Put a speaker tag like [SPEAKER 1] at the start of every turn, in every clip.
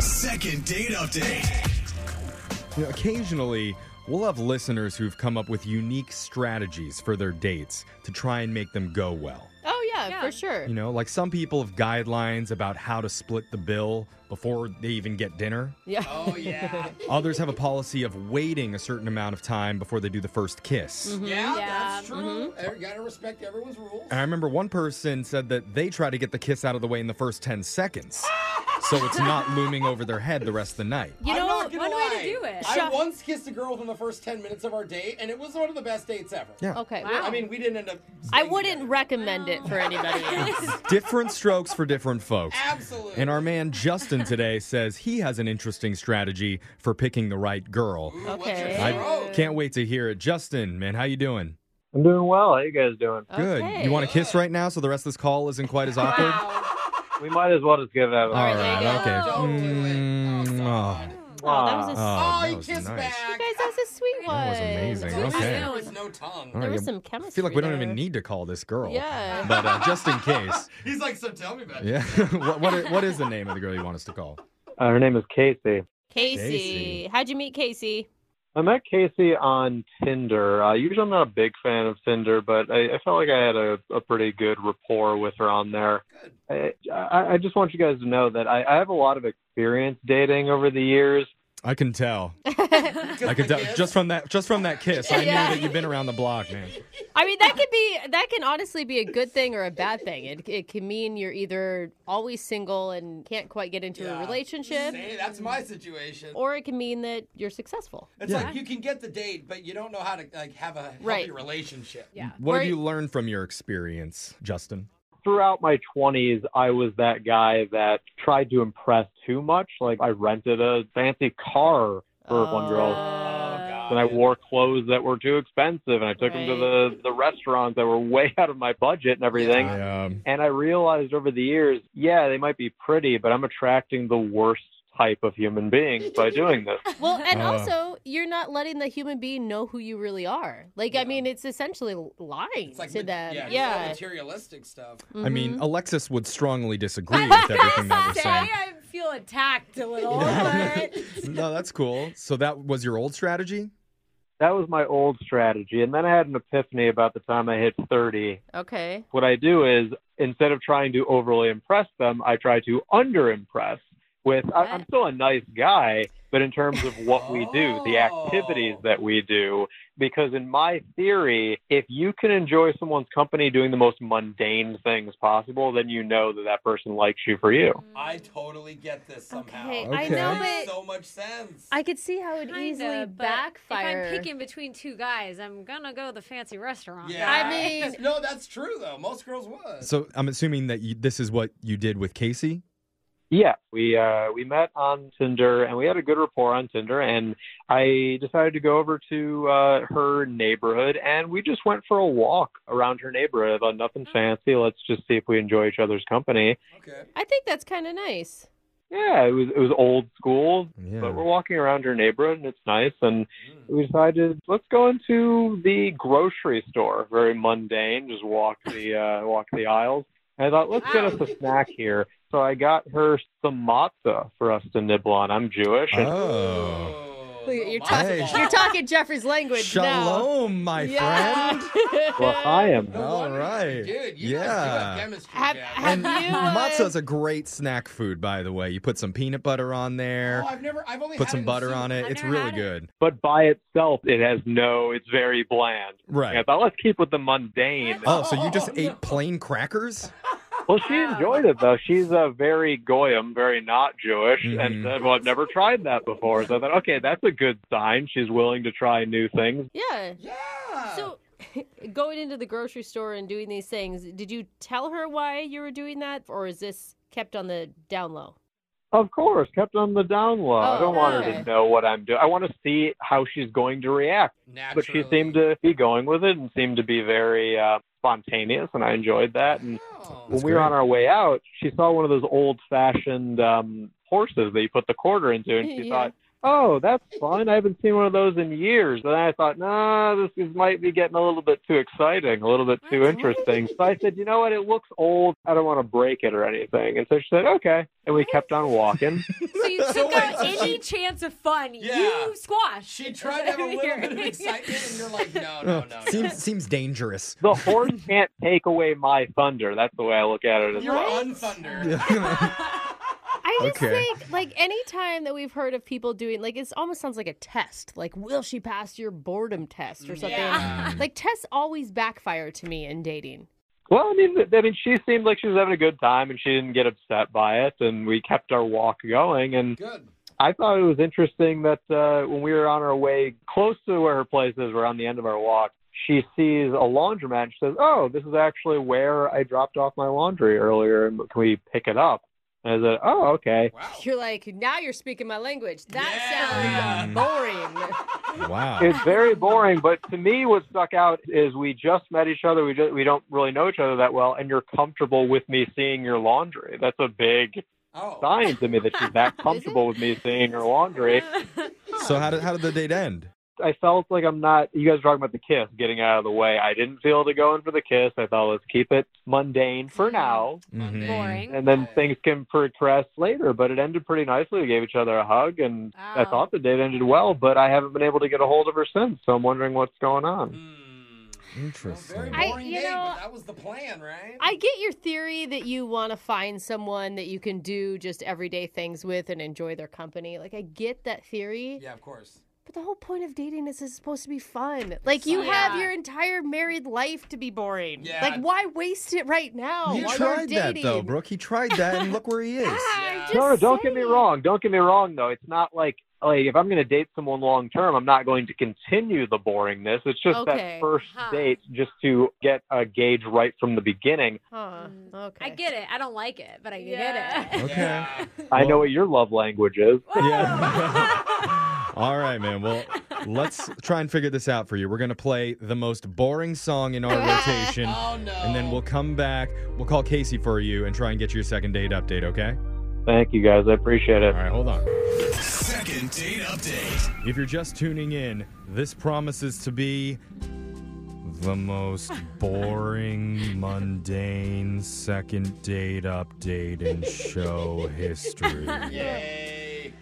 [SPEAKER 1] Second date update.
[SPEAKER 2] You know, occasionally, we'll have listeners who've come up with unique strategies for their dates to try and make them go well.
[SPEAKER 3] Oh yeah,
[SPEAKER 4] Yeah.
[SPEAKER 3] for sure.
[SPEAKER 2] You know, like some people have guidelines about how to split the bill before they even get dinner.
[SPEAKER 3] Yeah.
[SPEAKER 1] Oh yeah.
[SPEAKER 2] Others have a policy of waiting a certain amount of time before they do the first kiss.
[SPEAKER 3] Mm-hmm.
[SPEAKER 1] yeah,
[SPEAKER 3] Yeah,
[SPEAKER 1] that's true.
[SPEAKER 3] mm-hmm.
[SPEAKER 1] You gotta respect everyone's rules.
[SPEAKER 2] And I remember one person said that they try to get the kiss out of the way in the first 10 seconds. So it's not looming over their head the rest of the night.
[SPEAKER 3] You know,
[SPEAKER 1] I'm not gonna
[SPEAKER 4] one
[SPEAKER 1] lie.
[SPEAKER 4] way to do it.
[SPEAKER 1] I
[SPEAKER 3] Shut-
[SPEAKER 1] once kissed a girl within the first ten minutes of our date, and it was one of the best dates ever.
[SPEAKER 2] Yeah.
[SPEAKER 3] Okay.
[SPEAKER 4] Wow.
[SPEAKER 3] well,
[SPEAKER 1] I mean, we didn't end up.
[SPEAKER 3] I
[SPEAKER 1] staying
[SPEAKER 3] wouldn't
[SPEAKER 1] together.
[SPEAKER 3] recommend it for anybody.
[SPEAKER 2] Different strokes for different folks.
[SPEAKER 1] Absolutely.
[SPEAKER 2] And our man Justin today says he has an interesting strategy for picking the right girl.
[SPEAKER 1] Ooh, what's your
[SPEAKER 3] Okay.
[SPEAKER 2] I
[SPEAKER 1] stroke?
[SPEAKER 2] can't wait to hear it. Justin, man, how you doing?
[SPEAKER 5] I'm doing well. How you guys doing?
[SPEAKER 2] Good.
[SPEAKER 3] Okay.
[SPEAKER 2] You want to kiss right now so the rest of this call isn't quite as awkward?
[SPEAKER 5] We might as well just give that.
[SPEAKER 2] All
[SPEAKER 5] a
[SPEAKER 3] right, there
[SPEAKER 2] right,
[SPEAKER 3] you go.
[SPEAKER 2] okay.
[SPEAKER 1] Don't do it.
[SPEAKER 2] Mm,
[SPEAKER 1] Oh, God.
[SPEAKER 2] oh,
[SPEAKER 3] Oh, that was a,
[SPEAKER 2] Oh,
[SPEAKER 1] Oh,
[SPEAKER 2] that
[SPEAKER 1] you
[SPEAKER 2] was
[SPEAKER 1] kissed
[SPEAKER 2] nice.
[SPEAKER 1] back.
[SPEAKER 3] you guys, that was a sweet one.
[SPEAKER 2] That was amazing.
[SPEAKER 3] That was
[SPEAKER 2] Okay.
[SPEAKER 3] soon.
[SPEAKER 1] There was no tongue.
[SPEAKER 2] all
[SPEAKER 3] There
[SPEAKER 2] right,
[SPEAKER 3] was
[SPEAKER 2] yeah,
[SPEAKER 3] some
[SPEAKER 2] I
[SPEAKER 3] chemistry.
[SPEAKER 2] feel like we don't even
[SPEAKER 3] there.
[SPEAKER 2] need to call this girl.
[SPEAKER 3] Yeah.
[SPEAKER 2] But uh, just in case,
[SPEAKER 1] He's like, so tell me about it.
[SPEAKER 2] yeah. what, what, i- what is the name of the girl you want us to call?
[SPEAKER 5] Uh, her name is Casey.
[SPEAKER 3] Casey.
[SPEAKER 2] Casey.
[SPEAKER 3] how'd you meet Casey?
[SPEAKER 5] I met Casey on Tinder. Uh, usually, I'm not a big fan of Tinder, but I, I felt like I had a, a pretty good rapport with her on there. I, I, I just want you guys to know that I, I have a lot of experience dating over the years.
[SPEAKER 2] I can tell.
[SPEAKER 1] Because
[SPEAKER 2] I can
[SPEAKER 1] the
[SPEAKER 2] tell
[SPEAKER 1] kiss-
[SPEAKER 2] just from that just from that kiss. I
[SPEAKER 3] Yeah.
[SPEAKER 2] knew that you've been around the block, man.
[SPEAKER 3] I mean, that could be that can honestly be a good thing or a bad thing. It it can mean you're either always single and can't quite get into
[SPEAKER 1] Yeah.
[SPEAKER 3] a relationship,
[SPEAKER 1] Say, that's my situation.
[SPEAKER 3] or it can mean that you're successful.
[SPEAKER 1] It's like you can get the date, but you don't know how to like have a healthy
[SPEAKER 3] Right.
[SPEAKER 1] relationship.
[SPEAKER 4] Yeah.
[SPEAKER 2] What
[SPEAKER 3] Were-
[SPEAKER 2] have you learned from your experience, Justin?
[SPEAKER 5] Throughout my 20s, I was that guy that tried to impress too much. Like, I rented a fancy car for one
[SPEAKER 3] Oh.
[SPEAKER 5] girl.
[SPEAKER 1] Oh,
[SPEAKER 5] and I wore clothes that were too expensive, and I took them to the the restaurants that were way out of my budget and everything.
[SPEAKER 2] I, um,
[SPEAKER 5] And I realized over the years, yeah, they might be pretty, but I'm attracting the worst type of human beings by doing this.
[SPEAKER 3] Well, and
[SPEAKER 2] Uh.
[SPEAKER 3] also you're not letting the human being know who you really are. Like, I mean, it's essentially lying
[SPEAKER 1] It's like
[SPEAKER 3] to
[SPEAKER 1] ma-
[SPEAKER 3] them.
[SPEAKER 1] Yeah,
[SPEAKER 3] Yeah.
[SPEAKER 1] it's all materialistic stuff.
[SPEAKER 2] I mean, Alexis would strongly disagree with everything that we're saying.
[SPEAKER 4] I feel attacked a little, but
[SPEAKER 2] No, that's cool. So that was your old strategy?
[SPEAKER 5] That was my old strategy, and then I had an epiphany about the time I hit 30.
[SPEAKER 3] okay.
[SPEAKER 5] What I do is instead of trying to overly impress them, I try to underimpress. With I, I'm still a nice guy, but in terms of what we do, the activities that we do, because in my theory, if you can enjoy someone's company doing the most mundane things possible, then you know that that person likes you for you.
[SPEAKER 1] I totally get this somehow.
[SPEAKER 3] Okay,
[SPEAKER 2] I
[SPEAKER 3] I
[SPEAKER 2] Okay. know,
[SPEAKER 3] know,
[SPEAKER 1] It makes
[SPEAKER 3] but
[SPEAKER 1] so much sense.
[SPEAKER 3] I could see how it easily backfire.
[SPEAKER 4] If I'm picking between two guys, I'm gonna go the fancy restaurant.
[SPEAKER 1] yeah.
[SPEAKER 3] I mean-
[SPEAKER 1] no, that's true though. Most girls would.
[SPEAKER 2] So I'm assuming that you, this is what you did with Casey.
[SPEAKER 5] Yeah, we uh, we met on Tinder and we had a good rapport on Tinder, and I decided to go over to uh, her neighborhood and we just went for a walk around her neighborhood. About nothing fancy. Let's just see if we enjoy each other's company.
[SPEAKER 1] okay.
[SPEAKER 3] I think that's kind of nice.
[SPEAKER 5] Yeah, it was it was old school,
[SPEAKER 2] Yeah.
[SPEAKER 5] but we're walking around her neighborhood and it's nice. And we decided let's go into the grocery store. Very mundane. Just walk the uh, walk the aisles. And I thought let's get us a snack here. So I got her some matzah for us to nibble on. I'm Jewish. and
[SPEAKER 2] Oh.
[SPEAKER 3] you're,
[SPEAKER 2] talking-
[SPEAKER 3] talking,
[SPEAKER 2] Hey.
[SPEAKER 3] you're talking Jeffrey's language now.
[SPEAKER 2] Shalom, my
[SPEAKER 3] Yeah.
[SPEAKER 2] friend.
[SPEAKER 5] Well, I am.
[SPEAKER 2] All right.
[SPEAKER 1] Dude, you guys do
[SPEAKER 2] Yeah.
[SPEAKER 1] have chemistry.
[SPEAKER 3] Have-
[SPEAKER 1] Jeff.
[SPEAKER 3] have
[SPEAKER 2] And
[SPEAKER 3] you, uh,
[SPEAKER 2] matzah's a great snack food, by the way. You put some peanut butter on there,
[SPEAKER 1] oh, I've never. I've only
[SPEAKER 2] put
[SPEAKER 1] had
[SPEAKER 2] some butter on it.
[SPEAKER 4] I've
[SPEAKER 2] It's
[SPEAKER 4] never
[SPEAKER 2] really
[SPEAKER 4] had it.
[SPEAKER 2] good.
[SPEAKER 5] But by itself, it has no. It's very bland.
[SPEAKER 2] Right.
[SPEAKER 5] And I thought let's keep with the mundane.
[SPEAKER 2] Oh, so you just
[SPEAKER 1] Oh,
[SPEAKER 2] ate plain crackers?
[SPEAKER 5] Well, she enjoyed it though. She's a very goyim, very not Jewish,
[SPEAKER 2] Mhm.
[SPEAKER 5] and said, "Well, I've never tried that before." So I thought, okay, that's a good sign. She's willing to try new things.
[SPEAKER 3] Yeah.
[SPEAKER 1] Yeah.
[SPEAKER 3] So, going into the grocery store and doing these things, did you tell her why you were doing that, or is this kept on the down low?
[SPEAKER 5] Of course, kept on the down low. I don't want her
[SPEAKER 3] Okay.
[SPEAKER 5] to know what I'm doing. I want to see how she's going to react. But
[SPEAKER 1] naturally.
[SPEAKER 5] she seemed to be going with it and seemed to be very uh, spontaneous, and I enjoyed that. And
[SPEAKER 1] Oh.
[SPEAKER 2] That's
[SPEAKER 5] when we were
[SPEAKER 2] great.
[SPEAKER 5] on our way out, she saw one of those old fashioned um, horses that you put the quarter into, and she
[SPEAKER 3] Yeah.
[SPEAKER 5] thought, oh, that's fun. I haven't seen one of those in years. And I thought, nah, this is, might be getting a little bit too exciting, a little bit too
[SPEAKER 4] That's
[SPEAKER 5] interesting. So I said, you know what? It looks old. I don't want to break it or anything. And so she said, okay. And we kept on walking.
[SPEAKER 4] So you
[SPEAKER 1] So
[SPEAKER 4] took
[SPEAKER 1] wait,
[SPEAKER 4] out
[SPEAKER 1] so
[SPEAKER 4] any chance of fun
[SPEAKER 1] Yeah.
[SPEAKER 4] you squash.
[SPEAKER 1] She tried to have a little bit of excitement, and you're like, no, no, no. no.
[SPEAKER 2] seems seems dangerous.
[SPEAKER 5] The horse can't take away my thunder. That's the way I look at it. As
[SPEAKER 1] You're
[SPEAKER 5] well.
[SPEAKER 1] on thunder.
[SPEAKER 3] I just
[SPEAKER 2] Okay.
[SPEAKER 3] think like any time that we've heard of people doing like it's almost sounds like a test. Like will she pass your boredom test or something?
[SPEAKER 1] Yeah.
[SPEAKER 3] Like tests always backfire to me in dating.
[SPEAKER 5] Well, I mean, th- I mean, she seemed like she was having a good time, and she didn't get upset by it, and we kept our walk going. And
[SPEAKER 1] Good.
[SPEAKER 5] I thought it was interesting that uh, when we were on our way close to where her place is, we're on the end of our walk. She sees a laundromat. And she says, "Oh, this is actually where I dropped off my laundry earlier. and Can we pick it up?" And I said, "Oh, okay."
[SPEAKER 1] Wow.
[SPEAKER 3] You're like, now you're speaking my language.
[SPEAKER 1] Yeah.
[SPEAKER 3] That sounds boring.
[SPEAKER 2] Wow.
[SPEAKER 5] It's very boring, but to me, what stuck out is we just met each other. We just, we don't really know each other that well, and you're comfortable with me seeing your laundry. That's a big
[SPEAKER 1] Oh.
[SPEAKER 5] sign to me that she's that comfortable with me seeing her laundry.
[SPEAKER 2] So how did how did the date end?
[SPEAKER 5] I felt like I'm not. You guys are talking about the kiss, getting out of the way. I didn't feel to go in for the kiss. I thought let's keep it mundane for
[SPEAKER 4] Mm-hmm.
[SPEAKER 5] now,
[SPEAKER 2] Mhm.
[SPEAKER 4] Boring.
[SPEAKER 5] and then things can progress later. But it ended pretty nicely. We gave each other a hug, and I
[SPEAKER 4] Wow.
[SPEAKER 5] thought the date ended well. But I haven't been able to get a hold of her since. So I'm wondering what's going on.
[SPEAKER 4] Mm.
[SPEAKER 1] Hmm. Well, very
[SPEAKER 2] Interesting.
[SPEAKER 3] I-
[SPEAKER 1] boring
[SPEAKER 3] you
[SPEAKER 1] day,
[SPEAKER 3] know,
[SPEAKER 1] but that was the plan, right?
[SPEAKER 3] I get your theory that you want to find someone that you can do just everyday things with and enjoy their company. Like, I get that theory,
[SPEAKER 1] yeah, of course.
[SPEAKER 3] but the whole point of dating is it's supposed to be fun. Like, you have
[SPEAKER 4] Yeah.
[SPEAKER 3] your entire married life to be boring.
[SPEAKER 1] Yeah.
[SPEAKER 3] Like, why waste it right now?
[SPEAKER 2] he
[SPEAKER 3] Oh, while
[SPEAKER 2] tried
[SPEAKER 3] you're
[SPEAKER 2] that
[SPEAKER 3] dating?
[SPEAKER 2] though, Brooke. He tried that, and look where he is.
[SPEAKER 3] Ah,
[SPEAKER 1] Yeah.
[SPEAKER 3] just
[SPEAKER 5] No, no, don't get me
[SPEAKER 3] saying.
[SPEAKER 5] wrong. Don't get me wrong though. It's not like like if I'm going to date someone long term, I'm not going to continue the boringness. It's just
[SPEAKER 3] Okay.
[SPEAKER 5] that first
[SPEAKER 4] Huh.
[SPEAKER 5] date just to get a gauge right from the beginning.
[SPEAKER 3] Huh. Okay.
[SPEAKER 4] I get it. I don't like it, but I
[SPEAKER 3] Yeah.
[SPEAKER 4] get it.
[SPEAKER 2] Okay.
[SPEAKER 1] Yeah.
[SPEAKER 5] I know
[SPEAKER 2] Well-
[SPEAKER 5] what your love language is.
[SPEAKER 2] Yeah. All right, man. Well, let's try and figure this out for you. We're going to play the most boring song in our rotation.
[SPEAKER 1] Oh no.
[SPEAKER 2] And then we'll come back. We'll call Casey for you and try and get your second date update, okay?
[SPEAKER 5] Thank you guys. I appreciate it.
[SPEAKER 2] All right, hold on.
[SPEAKER 6] Second date update.
[SPEAKER 2] If you're just tuning in, this promises to be the most boring, mundane second date update in show history.
[SPEAKER 1] Yay.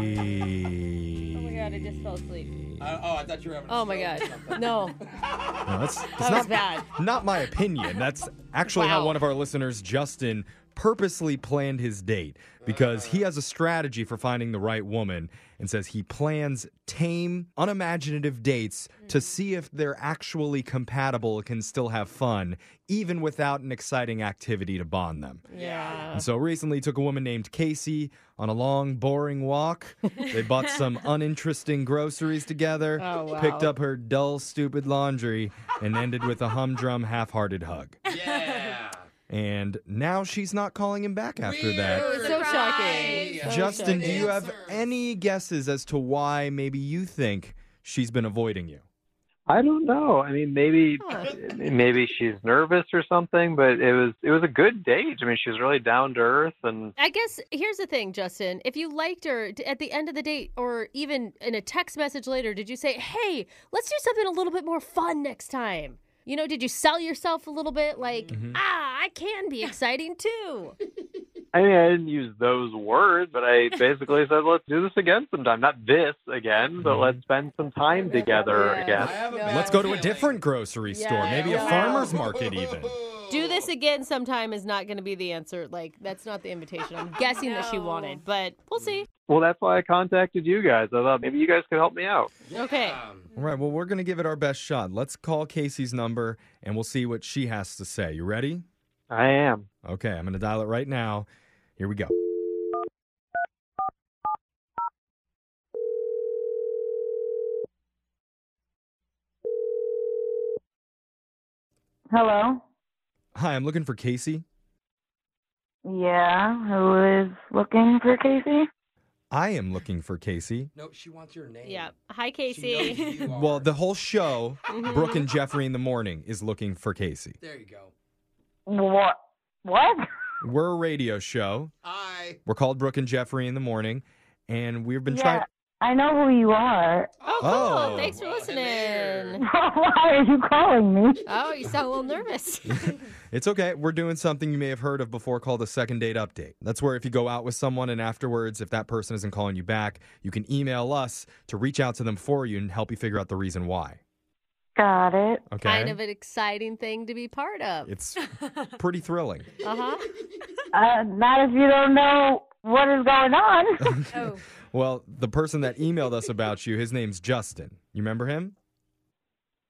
[SPEAKER 2] We. Oh
[SPEAKER 3] my God, I just fell asleep.
[SPEAKER 1] I- oh, I thought you were having. A
[SPEAKER 3] Oh my
[SPEAKER 1] stroke or
[SPEAKER 3] God.
[SPEAKER 1] something.
[SPEAKER 3] No,
[SPEAKER 2] No, that's, that's
[SPEAKER 3] that
[SPEAKER 2] not
[SPEAKER 3] was bad.
[SPEAKER 2] Not my opinion. That's actually how
[SPEAKER 3] Wow.
[SPEAKER 2] one of our listeners, Justin, purposely planned his date because he has a strategy for finding the right woman and says he plans tame, unimaginative dates to see if they're actually compatible and can still have fun, even without an exciting activity to bond them.
[SPEAKER 3] Yeah.
[SPEAKER 2] And so recently he took a woman named Casey on a long, boring walk. They bought some uninteresting groceries together,
[SPEAKER 3] Oh, wow.
[SPEAKER 2] picked up her dull, stupid laundry, and ended with a humdrum, half hearted hug.
[SPEAKER 1] Yeah.
[SPEAKER 2] And now she's not calling him back after
[SPEAKER 3] It
[SPEAKER 2] that.
[SPEAKER 3] was so shocking.
[SPEAKER 1] Surprise.
[SPEAKER 3] So
[SPEAKER 2] Justin, do you have
[SPEAKER 1] Answers.
[SPEAKER 2] any guesses as to why maybe you think she's been avoiding you?
[SPEAKER 5] I don't know. I mean, maybe
[SPEAKER 3] Huh.
[SPEAKER 5] maybe she's nervous or something. But it was it was a good date. I mean, she was really down to earth and.
[SPEAKER 3] I guess here's the thing, Justin. If you liked her d- at the end of the date, or even in a text message later, did you say, "Hey, let's do something a little bit more fun next time"? You know, did you sell yourself a little bit? Like,
[SPEAKER 2] Mm-hmm.
[SPEAKER 3] ah, I can be exciting too.
[SPEAKER 5] I mean, I didn't use those words, but I basically said, "Let's do this again sometime." Not this again, but let's spend some time together
[SPEAKER 3] Yeah.
[SPEAKER 5] again.
[SPEAKER 1] I have a
[SPEAKER 3] No.
[SPEAKER 1] bad
[SPEAKER 2] Let's go to a
[SPEAKER 1] feeling.
[SPEAKER 2] different grocery
[SPEAKER 3] Yeah,
[SPEAKER 2] store, maybe a
[SPEAKER 3] yeah.
[SPEAKER 2] farmer's market, even.
[SPEAKER 3] do this again sometime is not going to be the answer. Like, that's not the invitation. I'm guessing that she
[SPEAKER 4] No.
[SPEAKER 3] wanted, but we'll see.
[SPEAKER 5] Well, that's why I contacted you guys. I thought maybe you guys could help me out.
[SPEAKER 3] Okay.
[SPEAKER 1] Um,
[SPEAKER 2] All right, well, we're going to give it our best shot. Let's call Casey's number and we'll see what she has to say. You ready?
[SPEAKER 5] I am.
[SPEAKER 2] Okay, I'm going to dial it right now. Here we go.
[SPEAKER 7] Hello.
[SPEAKER 2] Hi, I'm looking for Casey.
[SPEAKER 7] Yeah, who is looking for Casey?
[SPEAKER 2] I am looking for Casey.
[SPEAKER 1] No, she wants your name.
[SPEAKER 3] Yeah. Hi,
[SPEAKER 1] She knows who
[SPEAKER 3] Casey.
[SPEAKER 1] you are.
[SPEAKER 2] Well, the whole show,
[SPEAKER 3] Mhm.
[SPEAKER 2] Brooke and Jeffrey in the Morning, is looking for Casey.
[SPEAKER 1] There you go.
[SPEAKER 7] What? What?
[SPEAKER 2] We're a radio show.
[SPEAKER 1] I.
[SPEAKER 2] We're called Brooke and Jeffrey in the Morning. and we've been
[SPEAKER 7] yeah,
[SPEAKER 2] trying.
[SPEAKER 7] I know who you are.
[SPEAKER 3] Oh, cool.
[SPEAKER 2] Oh.
[SPEAKER 3] Thanks for
[SPEAKER 1] Well,
[SPEAKER 3] listening.
[SPEAKER 7] Why are you calling me?
[SPEAKER 3] Oh, you sound a little nervous.
[SPEAKER 2] It's okay. We're doing something you may have heard of before called a second date update. That's where if you go out with someone and afterwards, if that person isn't calling you back, you can email us to reach out to them for you and help you figure out the reason why.
[SPEAKER 7] Got it.
[SPEAKER 2] Okay.
[SPEAKER 3] Kind of an exciting thing to be part of.
[SPEAKER 2] It's pretty thrilling.
[SPEAKER 3] Uh huh.
[SPEAKER 7] Uh, not if you don't know what is going on.
[SPEAKER 4] Oh,
[SPEAKER 2] Well, the person that emailed us about you, his name's Justin. You remember him?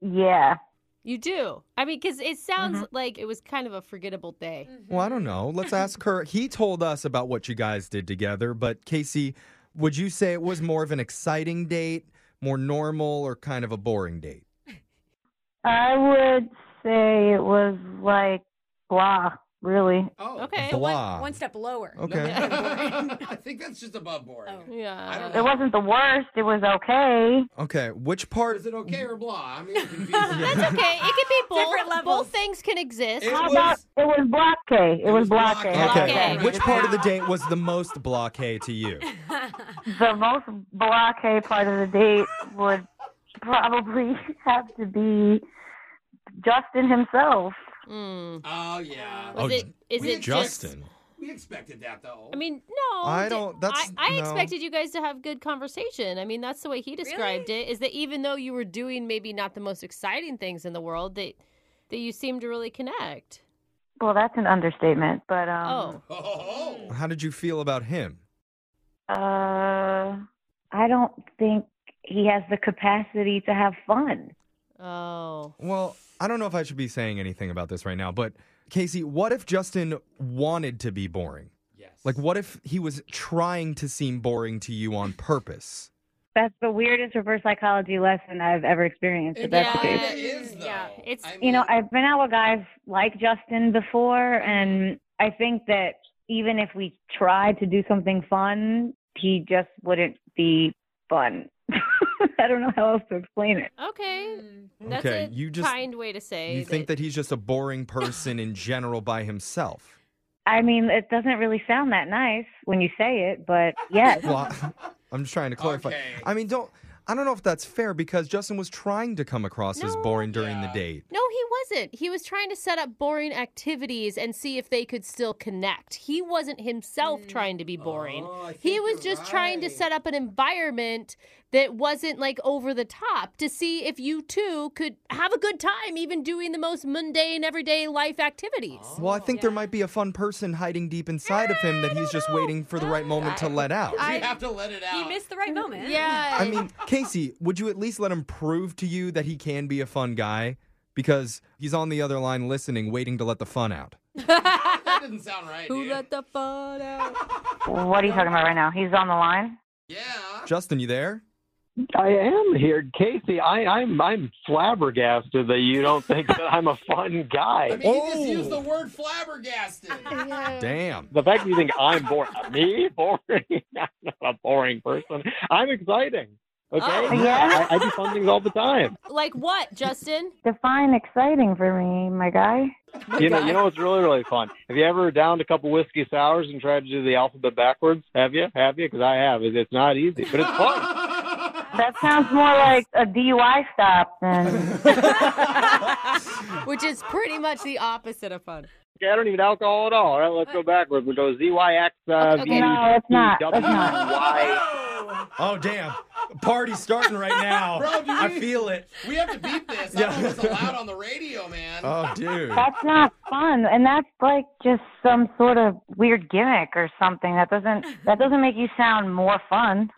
[SPEAKER 7] yeah.
[SPEAKER 3] You do. I mean, because it sounds like it was kind of a forgettable day.
[SPEAKER 2] Well, I don't know. Let's ask her. He told us about what you guys did together, but Casey, would you say it was more of an exciting date, more normal, or kind of a boring date?
[SPEAKER 7] I would say it was like blah, really.
[SPEAKER 1] Oh.
[SPEAKER 3] Okay.
[SPEAKER 2] Blah.
[SPEAKER 4] one, one step lower.
[SPEAKER 2] Okay.
[SPEAKER 1] I think that's just above boring.
[SPEAKER 4] Oh.
[SPEAKER 1] I don't
[SPEAKER 3] Yeah.
[SPEAKER 1] know.
[SPEAKER 7] It wasn't the worst. It was okay.
[SPEAKER 2] Okay. Which part?
[SPEAKER 1] Is it okay or blah? I'm getting confused.
[SPEAKER 3] That's okay. It could be
[SPEAKER 4] Different
[SPEAKER 3] both.
[SPEAKER 4] levels.
[SPEAKER 3] Both things can exist.
[SPEAKER 1] It
[SPEAKER 7] How
[SPEAKER 1] was-
[SPEAKER 7] about it was block K? It, was, block K.
[SPEAKER 1] Block
[SPEAKER 2] Okay.
[SPEAKER 1] A.
[SPEAKER 2] Which part of the date was the most blockade to you?
[SPEAKER 7] The most block K part of the date would probably have to be Justin himself.
[SPEAKER 3] Mm.
[SPEAKER 1] Oh yeah.
[SPEAKER 3] Was
[SPEAKER 2] Oh,
[SPEAKER 3] it? Is
[SPEAKER 1] we
[SPEAKER 3] it just?
[SPEAKER 2] Justin.
[SPEAKER 1] We expected that though.
[SPEAKER 3] I mean, no.
[SPEAKER 2] I
[SPEAKER 3] d-
[SPEAKER 2] don't- that's-
[SPEAKER 3] I, I
[SPEAKER 2] no.
[SPEAKER 3] expected you guys to have good conversation. I mean, that's the way he described it. Is that even though you were doing maybe not the most exciting things in the world, that that you seemed to really connect.
[SPEAKER 7] Well, that's an understatement, but
[SPEAKER 3] Oh,
[SPEAKER 7] um,
[SPEAKER 3] Mm.
[SPEAKER 1] oh.
[SPEAKER 2] How did you feel about him?
[SPEAKER 7] uh, I don't think he has the capacity to have fun.
[SPEAKER 3] oh.
[SPEAKER 2] Well, I don't know if I should be saying anything about this right now, but Casey, what if Justin wanted to be boring?
[SPEAKER 1] Yes.
[SPEAKER 2] Like, what if he was trying to seem boring to you on purpose?
[SPEAKER 8] That's the weirdest reverse psychology lesson I've ever experienced. If
[SPEAKER 1] It
[SPEAKER 8] that's the
[SPEAKER 3] Yeah.
[SPEAKER 8] case.
[SPEAKER 1] kinda is though.
[SPEAKER 3] Yeah, it's-
[SPEAKER 1] I
[SPEAKER 8] You know,
[SPEAKER 1] mean-
[SPEAKER 8] I've been out with guys like Justin before, and I think that even if we tried to do something fun, he just wouldn't be fun. I don't know how else to explain it.
[SPEAKER 3] Okay. That's
[SPEAKER 2] Okay,
[SPEAKER 3] a
[SPEAKER 2] you just-
[SPEAKER 3] kind way to say.
[SPEAKER 2] You think that he's just a boring person in general by himself?
[SPEAKER 8] I mean, it doesn't really sound that nice when you say it, but yes.
[SPEAKER 2] Well, I- I'm just trying to clarify.
[SPEAKER 1] Okay.
[SPEAKER 2] I mean, don't. I don't know if that's fair because Justin was trying to come across as
[SPEAKER 3] No.
[SPEAKER 2] boring during the
[SPEAKER 1] Yeah.
[SPEAKER 2] date.
[SPEAKER 3] No, he wasn't. He was trying to set up boring activities and see if they could still connect. He wasn't himself trying to be boring.
[SPEAKER 1] Oh, I
[SPEAKER 3] he
[SPEAKER 1] think
[SPEAKER 3] was
[SPEAKER 1] you're
[SPEAKER 3] just trying to
[SPEAKER 1] right.
[SPEAKER 3] set up an environment that wasn't like over the top to see if you two could have a good time, even doing the most mundane, everyday life activities.
[SPEAKER 2] Well, I think there might be a fun person hiding deep inside of him that he's just waiting for the right moment to let out.
[SPEAKER 1] You
[SPEAKER 3] I-
[SPEAKER 1] have to let it
[SPEAKER 4] He
[SPEAKER 1] out.
[SPEAKER 4] missed the right moment.
[SPEAKER 3] Yeah.
[SPEAKER 2] I mean, Casey, would you at least let him prove to you that he can be a fun guy? Because he's on the other line listening, waiting to let the fun out.
[SPEAKER 1] that didn't sound right.
[SPEAKER 3] who
[SPEAKER 1] dude.
[SPEAKER 3] let the fun out?
[SPEAKER 7] What are you talking about right now? He's on the line.
[SPEAKER 1] Yeah.
[SPEAKER 2] Justin, you there?
[SPEAKER 5] I am here, Casey. I, I'm I'm flabbergasted that you don't think that I'm a fun
[SPEAKER 1] I
[SPEAKER 5] guy.
[SPEAKER 1] mean, he just
[SPEAKER 2] Oh.
[SPEAKER 1] used the word flabbergasted.
[SPEAKER 2] Damn.
[SPEAKER 5] The fact that you think I'm boring, me boring? I'm not a boring person. I'm exciting. Okay,
[SPEAKER 3] Oh.
[SPEAKER 7] Yeah.
[SPEAKER 5] I, I do fun things all the time.
[SPEAKER 3] like what, Justin?
[SPEAKER 7] Define exciting for me, my guy.
[SPEAKER 5] You know, you know what's really really fun. Have you ever downed a couple whiskey sours and tried to do the alphabet backwards? Have you? Have you? Because I have. It- It's not easy, but it's fun.
[SPEAKER 7] That sounds more like a DUI stop than
[SPEAKER 3] Which is pretty much the opposite of fun.
[SPEAKER 5] Okay, I don't need alcohol at all. All right, let's go backwards. We'll go Z Y X
[SPEAKER 3] Okay,
[SPEAKER 5] uh,
[SPEAKER 3] okay.
[SPEAKER 5] V
[SPEAKER 7] No, it's not.
[SPEAKER 5] W
[SPEAKER 7] It's not.
[SPEAKER 5] Y.
[SPEAKER 2] Oh, damn. Party's starting right now.
[SPEAKER 1] Bro, do
[SPEAKER 2] I
[SPEAKER 1] we-
[SPEAKER 2] feel it.
[SPEAKER 1] we have to beat this. I don't know what's allowed on the radio, man.
[SPEAKER 2] Oh, dude.
[SPEAKER 7] that's not fun. And that's like just some sort of weird gimmick or something. That doesn't that doesn't make you sound more fun.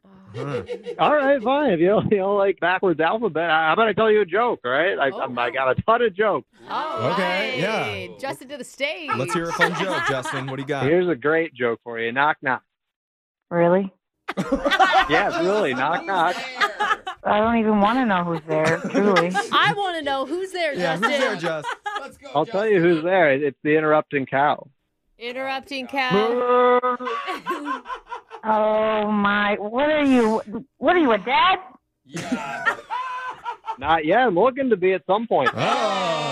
[SPEAKER 5] All right, fine. If you don't, you don't like backwards alphabet, I, I'm gonna tell you a joke. All right,
[SPEAKER 7] Oh,
[SPEAKER 5] I, I'm- I got a ton of jokes.
[SPEAKER 3] All
[SPEAKER 2] Okay, yeah.
[SPEAKER 3] right. Justin to the stage.
[SPEAKER 2] Let's hear a fun joke, Justin. What do you got?
[SPEAKER 5] Here's a great joke for you. Knock knock.
[SPEAKER 7] Really?
[SPEAKER 5] Yeah, really. Knock knock.
[SPEAKER 1] There.
[SPEAKER 7] I don't even want to know who's there, truly.
[SPEAKER 3] I want to know who's there,
[SPEAKER 2] Yeah,
[SPEAKER 3] Justin.
[SPEAKER 2] who's there, Justin?
[SPEAKER 1] Let's go.
[SPEAKER 5] I'll tell you who's there. It's the interrupting cow.
[SPEAKER 3] Interrupting Cal.
[SPEAKER 7] Oh my what are you what are you a dad?
[SPEAKER 1] Yeah.
[SPEAKER 5] Not yet. I'm looking to be at some point.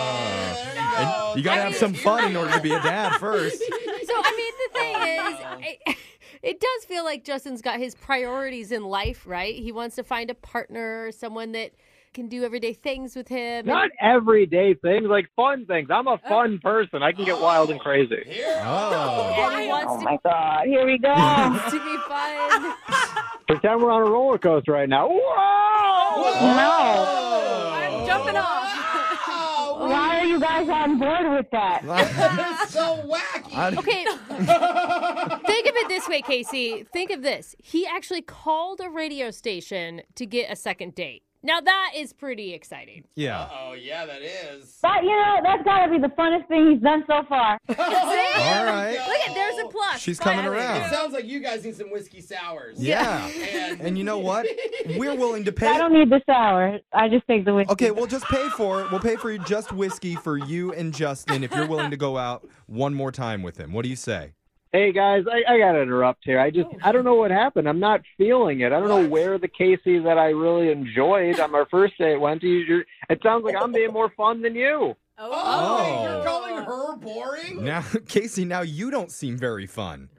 [SPEAKER 2] Oh.
[SPEAKER 1] There you go.
[SPEAKER 2] You got to have some fun in order to be a dad first.
[SPEAKER 1] Oh,
[SPEAKER 3] So I mean, the thing is, It does feel like Justin's got his priorities in life, right? He wants to find a partner, someone that can do everyday things with him. and-
[SPEAKER 5] Not everyday things, like fun things. I'm a fun person. I can get wild and crazy.
[SPEAKER 1] Here.
[SPEAKER 2] Oh.
[SPEAKER 3] and he wants
[SPEAKER 7] Oh
[SPEAKER 3] to,
[SPEAKER 7] my God! Here we go.
[SPEAKER 1] Oh,
[SPEAKER 3] to be fun.
[SPEAKER 5] Pretend we're on a roller coaster right now. Whoa!
[SPEAKER 1] No.
[SPEAKER 4] I'm jumping
[SPEAKER 1] Oh.
[SPEAKER 4] off.
[SPEAKER 7] Why are you guys on board with that?
[SPEAKER 1] It's so wacky.
[SPEAKER 2] I-
[SPEAKER 3] Okay, think of it this way, Casey. Think of this. He actually called a radio station to get a second date. Now that is pretty exciting.
[SPEAKER 2] yeah.
[SPEAKER 1] Oh yeah, that is.
[SPEAKER 7] But you know, that's got to be the funnest thing he's done so far.
[SPEAKER 2] All right.
[SPEAKER 3] Look at there's a plus.
[SPEAKER 2] Oh. She's coming
[SPEAKER 3] Finally.
[SPEAKER 2] around.
[SPEAKER 1] It sounds like you guys need some whiskey sours.
[SPEAKER 2] Yeah.
[SPEAKER 1] And,
[SPEAKER 2] And you know what? We're willing to
[SPEAKER 7] I
[SPEAKER 2] pay.
[SPEAKER 7] don't need the shower. I just take the whiskey.
[SPEAKER 2] Okay, we'll just pay for it. We'll pay for just whiskey for you and Justin if you're willing to go out one more time with him. What do you say?
[SPEAKER 5] Hey guys, I, I gotta interrupt here. I just I don't know what happened. I'm not feeling it. I don't know where the Casey that I really enjoyed on our first date went to. You're, it sounds like I'm being more fun than you.
[SPEAKER 1] oh,
[SPEAKER 2] Oh.
[SPEAKER 1] wait, you're calling her boring?
[SPEAKER 2] Now, Casey, now you don't seem very fun.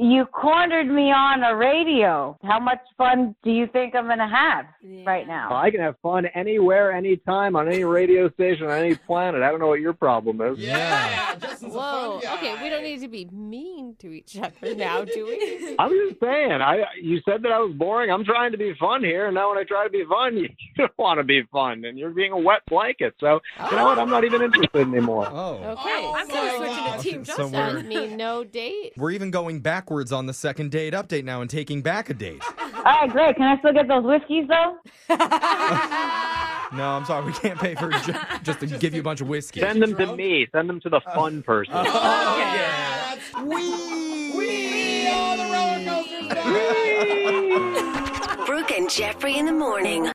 [SPEAKER 7] You cornered me on a radio. How much fun do you think I'm gonna have right now?
[SPEAKER 5] I can have fun anywhere, anytime, on any radio station, on any planet. I don't know what your problem is.
[SPEAKER 1] Yeah.
[SPEAKER 2] Yeah.
[SPEAKER 1] Justin's
[SPEAKER 3] Whoa.
[SPEAKER 1] a fun guy.
[SPEAKER 3] Okay, we don't need to be mean to each other now, do we?
[SPEAKER 5] I'm just saying. I you said that I was boring. I'm trying to be fun here, and now when I try to be fun, you, don't want to be fun, and you're being a wet blanket. So you know what? I'm not even interested anymore.
[SPEAKER 2] Oh.
[SPEAKER 3] Okay.
[SPEAKER 1] Oh,
[SPEAKER 4] I'm kind
[SPEAKER 1] my
[SPEAKER 4] of switching
[SPEAKER 1] God.
[SPEAKER 4] to Team
[SPEAKER 2] So
[SPEAKER 4] Justin.
[SPEAKER 2] we're-
[SPEAKER 3] Doesn't mean no date.
[SPEAKER 2] We're even going backwards on the second date update now and taking back a date.
[SPEAKER 7] All right, great. Can I still get those whiskeys though?
[SPEAKER 2] No, I'm sorry. We can't pay for ju- just to give you a bunch of whiskey.
[SPEAKER 5] Send them to me. Send them to the fun person.
[SPEAKER 1] Oh, yeah. That's-
[SPEAKER 2] Whee!
[SPEAKER 1] Whee! Oh, the roller coaster's back.
[SPEAKER 9] Brooke and Jeffrey in the morning.